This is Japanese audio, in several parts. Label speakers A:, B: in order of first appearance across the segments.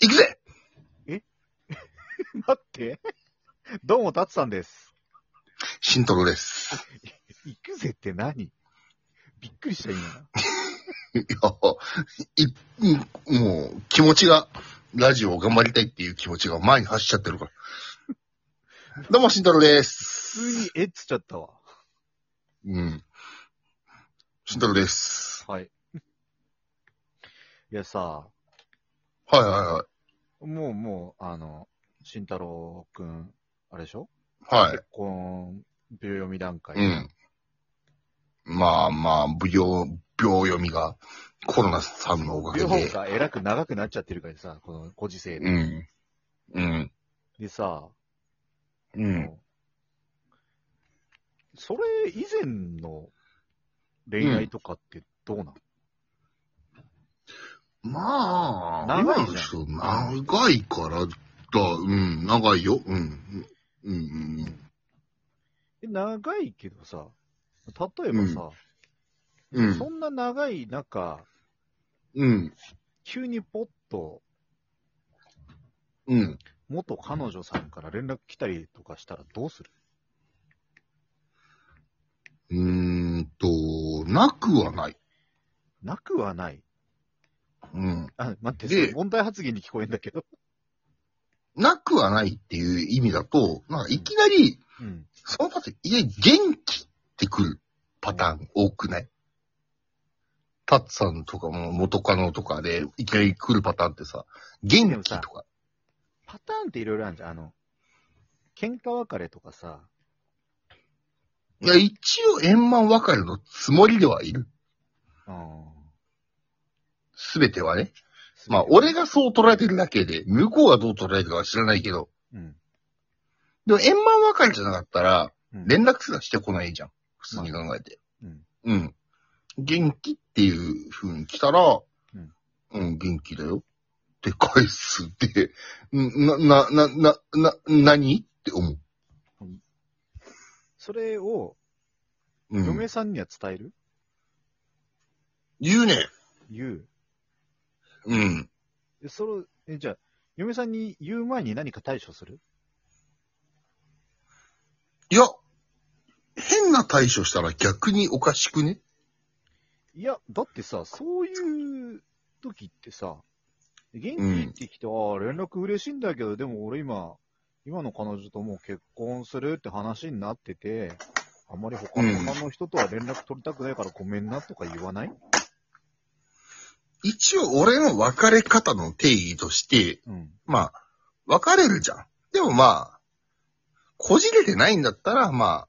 A: って。どうも、たつさんです。
B: シントロです。
A: 行くぜって何びっくりした、今。
B: いや、い、うんもう、気持ちが、ラジオを頑張りたいっていう気持ちが前に走っちゃってる から。どうも、シントロです。
A: 普通に、えっつっちゃったわ。
B: うん。シントロです。
A: はい。いやさ、
B: はいは
A: もうもう、あの、慎太郎くん、あれでしょ、
B: いはい。は
A: 結婚、秒読み段階。
B: い。うん。まあまあ、ぶよ秒読みが、コロナさんのおかげ
A: 両方
B: で。
A: が偉く長くなっちゃってるからさ、このご時世で。
B: うん。うん。
A: でさ、
B: うん。
A: それ以前の恋愛とかってどうなん、
B: まあ、
A: 長いじゃん
B: 今の人長いからだ。うん、長いよ。うん。うん、うん、
A: え長いけどさ、例えばさ、
B: うん。うん
A: そんな長い中、
B: うん。
A: 急にポッと
B: うん。
A: 元彼女さんから連絡来たりとかしたらどうする
B: うーんと、なくはない。
A: なくはない。
B: うん。
A: あ、待って、
B: で
A: それ問題発言に聞こえんだけど。
B: なくはないっていう意味だと、なんかいきなり、
A: うん。
B: そのパターン、いや、元気ってくるパターン多くないタッツさんとかも元カノとかで、いきなり来るパターンってさ、元気とか。
A: パターンっていろいろあるじゃん。あの、喧嘩別れとかさ、
B: いや、一応円満別れのつもりではいる。
A: うん。
B: すべてはね。まあ、俺がそう捉えてるだけで、向こうがどう捉えてるかは知らないけど、
A: うん。
B: でも円満別れじゃなかったら、
A: うん。
B: 連絡すらしてこないじゃん。普通に考えて。
A: うん。
B: うん。元気っていう風に来たら、
A: うん
B: うん、元気だよ。って返すって、んな、な、な、な、な、何って思う。
A: それを、
B: うん。
A: 嫁さんには伝える、
B: 言うね。
A: 言う。
B: うん。
A: えそれ、え、じゃあ、嫁さんに言う前に何か対処する
B: いや、変な対処したら逆におかしくね
A: いや、だってさ、そういう時ってさ、元気ってきて、ああ、連絡嬉しいんだけど、でも俺今、今の彼女ともう結婚するって話になってて、あんまり他の,、
B: うん
A: 他の人とは連絡取りたくないからごめんなとか言わない
B: 一応俺の別れ方の定義として、
A: うん。
B: まあ、別れるじゃん。でもまあ、こじれてないんだったら、まあ、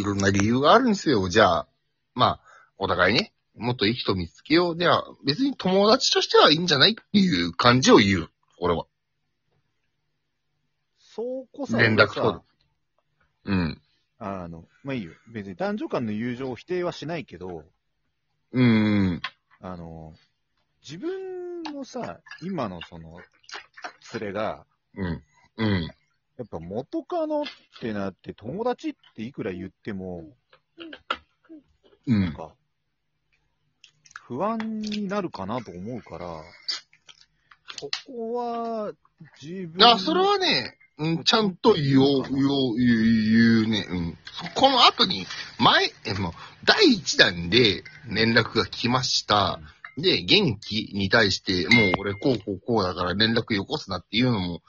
B: いろんな理由があるんですよ。じゃあ、まあ、お互いね、もっといい人見つけよう。では、別に友達としてはいいんじゃないっていう感じを言う。俺は。
A: そうこそ、
B: 連絡取る
A: さ
B: うん。
A: あの、まあいいよ。別に男女間の友情を否定はしないけど、
B: うーん。
A: あの、自分のさ、今のその、連れが、
B: うん。うん。
A: やっぱ元カノってなって、友達っていくら言っても、
B: う
A: な
B: ん。
A: んか、不安になるかなと思うから、そこは、自分
B: あ、それはね、うん、ちゃんと言おう、言おう、言う、言うね。うん。そこの後に、前、えもう第一弾で連絡が来ました。で、元気に対して、もう俺こうこうこうだから連絡よこすなっていうのも、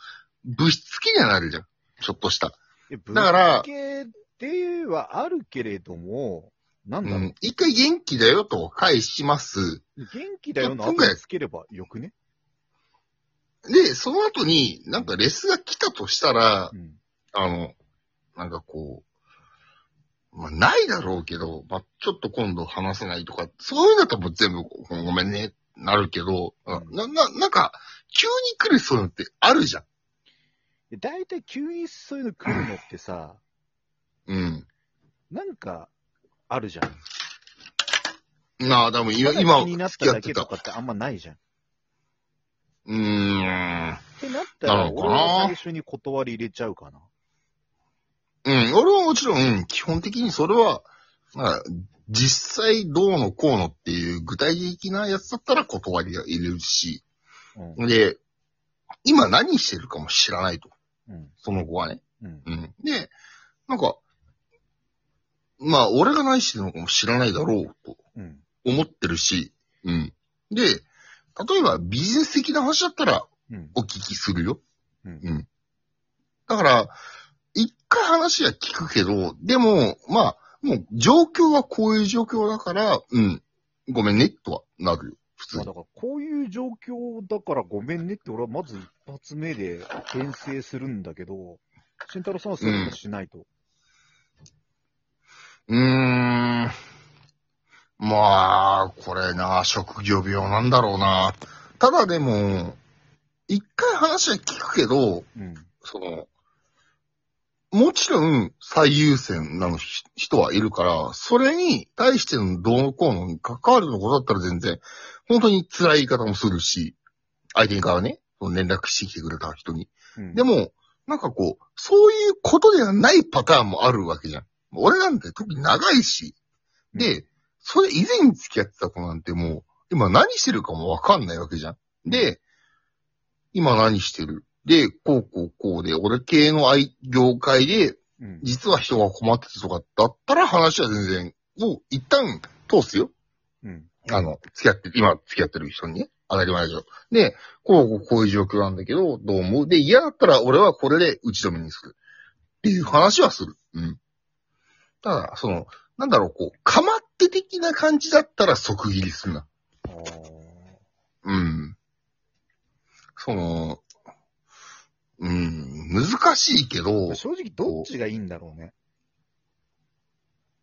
B: 物質気にはなるじゃん。ちょっとした。
A: え、ぶっ
B: だから
A: かけではあるけれども、なん
B: う
A: だろう、
B: ん。一回元気だよと返します。
A: 元気だよの
B: いや
A: 後
B: 今回
A: につければよくね
B: で、その後になんかレスが来たとしたら
A: う、ん。
B: あの、なんかこう、まあ、ないだろうけど、まあ、ちょっと今度話せないとか、そういうのだともう全部ごごめんね、なるけど、あな、な、なんか、急に来るそういうのってあるじゃん。
A: で大体急にそういうの来るのってさ、
B: うん。
A: なんか、あるじゃん。
B: なあ、でも今、
A: ただ
B: 今、
A: 気になっ
B: 付
A: た
B: き合
A: だ
B: って
A: けと
B: た。
A: かってあんまないじゃん。
B: うーん。
A: ってなったら、
B: なのか
A: 俺
B: な
A: は最初に断り入れちゃうかな。
B: うん、俺はもちろん、うん基本的にそれは、まあ、実際どうのこうのっていう具体的なやつだったら断りが入れるし、
A: うん。
B: で、今何してるかも知らないと。
A: うん。
B: その子はね。
A: うん。
B: うん。で、なんか、まあ、俺が何してるのかも知らないだろうと
A: うん。
B: 思ってるし、うん。で、例えばビジネス的な話だったら
A: うん。
B: お聞きするよ。
A: うん
B: うん。だから、一回話は聞くけど、でも、まあ、もう状況はこういう状況だから、うん。ごめんね、とはなるよ。普通
A: まあ
B: に。
A: だから、こういう状況だからごめんねって、俺はまず一発目で牽制するんだけど、慎太郎さんはそういうことしないと。
B: うーん。まあ、これな、職業病なんだろうな。ただでも、一回話は聞くけど、
A: うん。
B: その、もちろん最優先なのひ人はいるから、それに対してのどうのこうのに関わるのことだったら全然、本当に辛い言い方もするし、相手側ね、その連絡してきてくれた人に。
A: うん。
B: でも、なんかこう、そういうことではないパターンもあるわけじゃん。俺なんて特に長いし。
A: うん、
B: で、それ以前に付き合ってた子なんてもう、今何してるかもわかんないわけじゃん。で、今何してるで、こうこうこうで、俺系の愛業界で、
A: うん。
B: 実は人が困っててとかだったら話は全然、もう一旦通すよ。
A: うん。
B: あの、付き合って、今付き合ってる人にね、当たり前でしょ。で、こう、こうこういう状況なんだけど、どう思うで、嫌だったら俺はこれで打ち止めにする。っていう話はする。うん。ただ、その、なんだろう、こう、かまって的な感じだったら即切りするな。
A: あー
B: うん。その、うん、難しいけど、
A: 正直、どっちがいいんだろうね。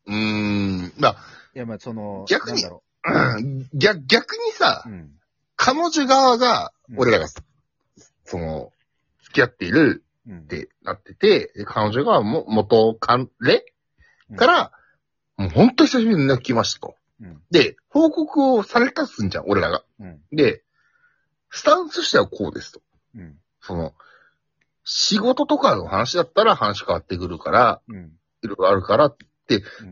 B: うん、ま
A: いや、まあ、その、
B: 逆に
A: なんだろ
B: あ、うん逆、逆にさ
A: う。う、ん。
B: 彼女側が、
A: うん
B: 俺らが、その、付き合っている
A: うん
B: っ。てなってて、で彼女がも元彼から、もう本当久しぶりに泣きましたと。
A: うん。
B: で、報告をされたっすんじゃん、俺らが。
A: うん。
B: で、スタンスとしてはこうですと。
A: うん。
B: その、仕事とかの話だったら話変わってくるから、
A: うん。
B: いろいろあるから、
A: うん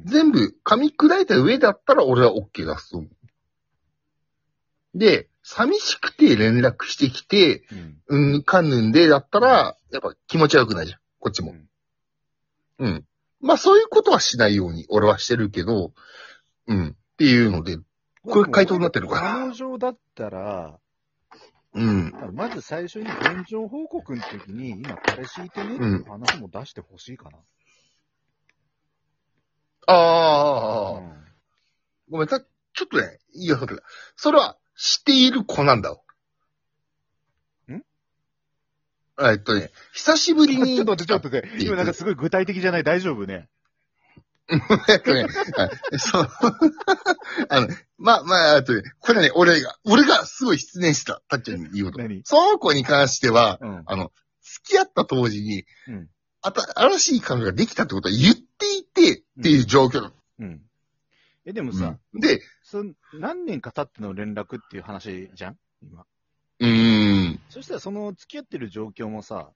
B: 全部噛み砕いた上だったら俺は OK 出すと思う。で、寂しくて連絡してきて、
A: うん。
B: うんぬかんぬんでだったら、やっぱ気持ち悪くないじゃん。こっちも。うん。まあそういうことはしないように俺はしてるけど、うん。っていうので、これ回答になってるのかな
A: 彼女だったら、
B: うん。
A: まず最初に現状報告の時に、今、彼氏いてねっていう話も出してほしいかな。
B: ああ、
A: うん
B: ごめん、さ、ちょっとね、いいよ、それ。それは、している子なんだわ。
A: ん
B: えっとね、久しぶりに。
A: ちょっと待って、ちょっと待って。今なんかすごい具体的じゃない大丈夫ね。
B: えっとね、はいそう。 あの、まあ、まあ、あとね、これね、俺が、俺がすごい失念した、たっちゃんに言うこと。
A: 何
B: その子に関しては、
A: うん。
B: あの、付き合った当時に、
A: うん
B: あた、新しい彼女ができたってことは言っていてっていう状況なの。
A: うん。え、でもさ、
B: うんで、
A: その何年か経っての連絡っていう話じゃん今。
B: うーん。
A: そしたらその付き合ってる状況もさ、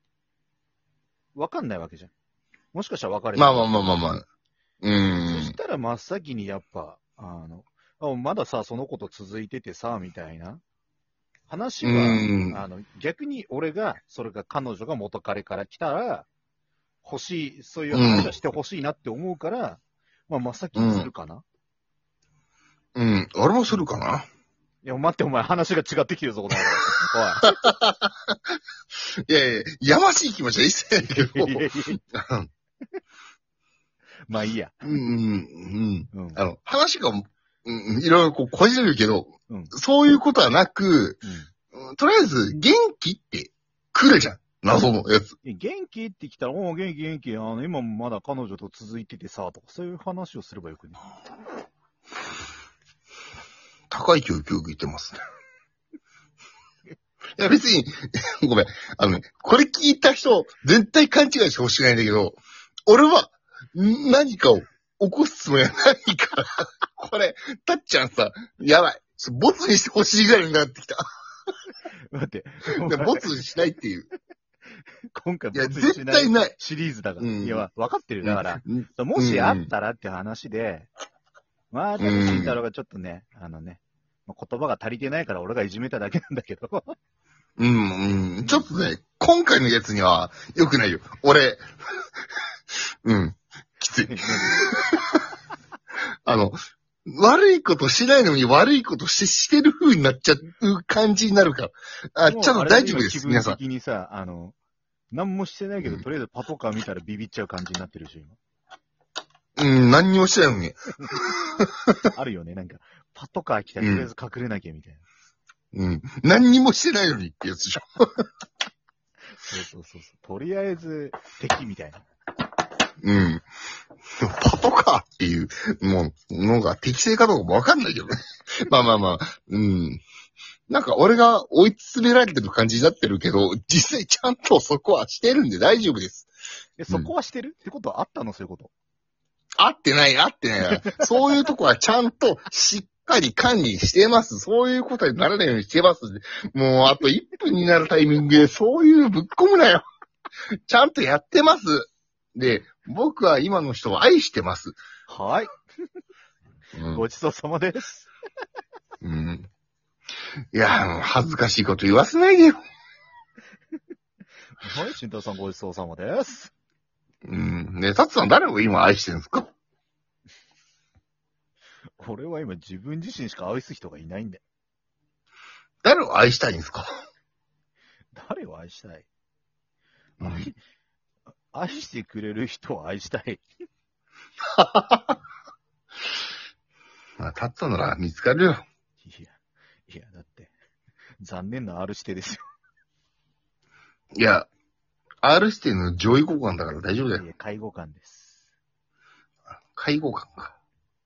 A: わかんないわけじゃん。もしかしたら別れてる
B: まあまあまあまあまあ。う
A: そ
B: ー
A: し
B: ん。
A: たら真っ先にやっぱ、あの、あまださ、そのこと続いててさ、みたいな話は、
B: うん
A: あの、逆に俺が、それが彼女が元彼から来たら、欲しい、そういう話はしてほしいなって思うから、まあ真っ先にするかな。
B: うん。俺もするかな。
A: いや、待って、お前話が違ってきてるぞ、この 野郎
B: いやいや、やましい気持ちは一切ないけど。
A: おいいやい やいや。まあいいや。
B: うん、うん、
A: う
B: う
A: ん。
B: ん。あの、話が、うんうん、いろいろこう、こじれるけど、
A: うん
B: そういうことはなく、
A: うん
B: うんとりあえず、元気って来るじゃん。謎のやつ。
A: え元気って来たら、おう元気元気、あの、今もまだ彼女と続いててさ、とか、そういう話をすればよくね。
B: 高い教育を受けてます ね。いや、別に、 ごめん。あのね、これ聞いた人、絶対勘違いしてほしくないんだけど、俺は、ん何かを起こすつもりはないから、 これ、たっちゃんさ、やばい。ボツにしてほしいぐらいになってきた。
A: 待って。
B: いやボツにしないっていう。
A: 今回
B: いや、
A: ボツにし
B: 絶
A: ない
B: 対ない。
A: シリーズだから。
B: うん
A: いや、分かってるよだから、
B: うん
A: もしあったらって話で、まあ、たぶん慎太郎がちょっとね、あのね、まあ言葉が足りてないから俺がいじめただけなんだけど。
B: うん、うん。ちょっとね、今回のやつには良くないよ。俺、 うん、きつい。あの、悪いことしないのに悪いことして、してる風になっちゃう感じになるから。あ、ちょっと大丈夫です、皆さ
A: ん。
B: ん。
A: 気分的にさ、あの、何もしてないけど、
B: うん
A: とりあえずパトカー見たらビビっちゃう感じになってるでし
B: う
A: ょ、
B: ん、何にもしてないのに。
A: 今。あるよね、なんか。パトカー来たらとりあえず隠れなきゃみたいな。
B: うん、何にもしてないのにってやつでしょ。
A: そうそうそうそう。とりあえず敵みたいな。
B: うん。でもパトカーっていう、もう、のが適正かどうかもわかんないけどね。 まあまあまあ、うん。なんか俺が追い詰められてる感じになってるけど、実際ちゃんとそこはしてるんで大丈夫です。
A: え、そこはしてる、ってことはあったのそういうこと。
B: 合ってない、合ってない。そういうとこはちゃんとしっかり管理してます。そういうことにならないようにしてます。もうあと1分になるタイミングでそういうのぶっ込むなよ。ちゃんとやってます。で、僕は今の人を愛してます。
A: はい。
B: うん
A: ごちそうさまです。
B: うんいや、もう恥ずかしいこと言わせないでよ。
A: はい、慎太郎さんごちそうさまです。
B: うん。ねえ、タツさん誰を今愛してるんですか
A: 俺は今自分自身しか愛す人がいないんで。
B: 誰を愛したいんですか
A: 誰を愛したい、
B: うん
A: 愛愛してくれる人を愛したい。
B: まあ、タツさんなら見つかるよ。
A: いや、いや、だって、残念な R 指定ですよ。
B: いや、R 指定の上位互換だから大丈夫だよ
A: い。や、介護官です。
B: 介護官か。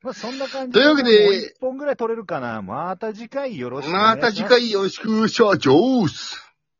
A: まあ、そんな感じ
B: というわけで
A: もう一本ぐらい取れるかな。また次回よろしくお願いしま。
B: ますた次回よろしく、社長っす。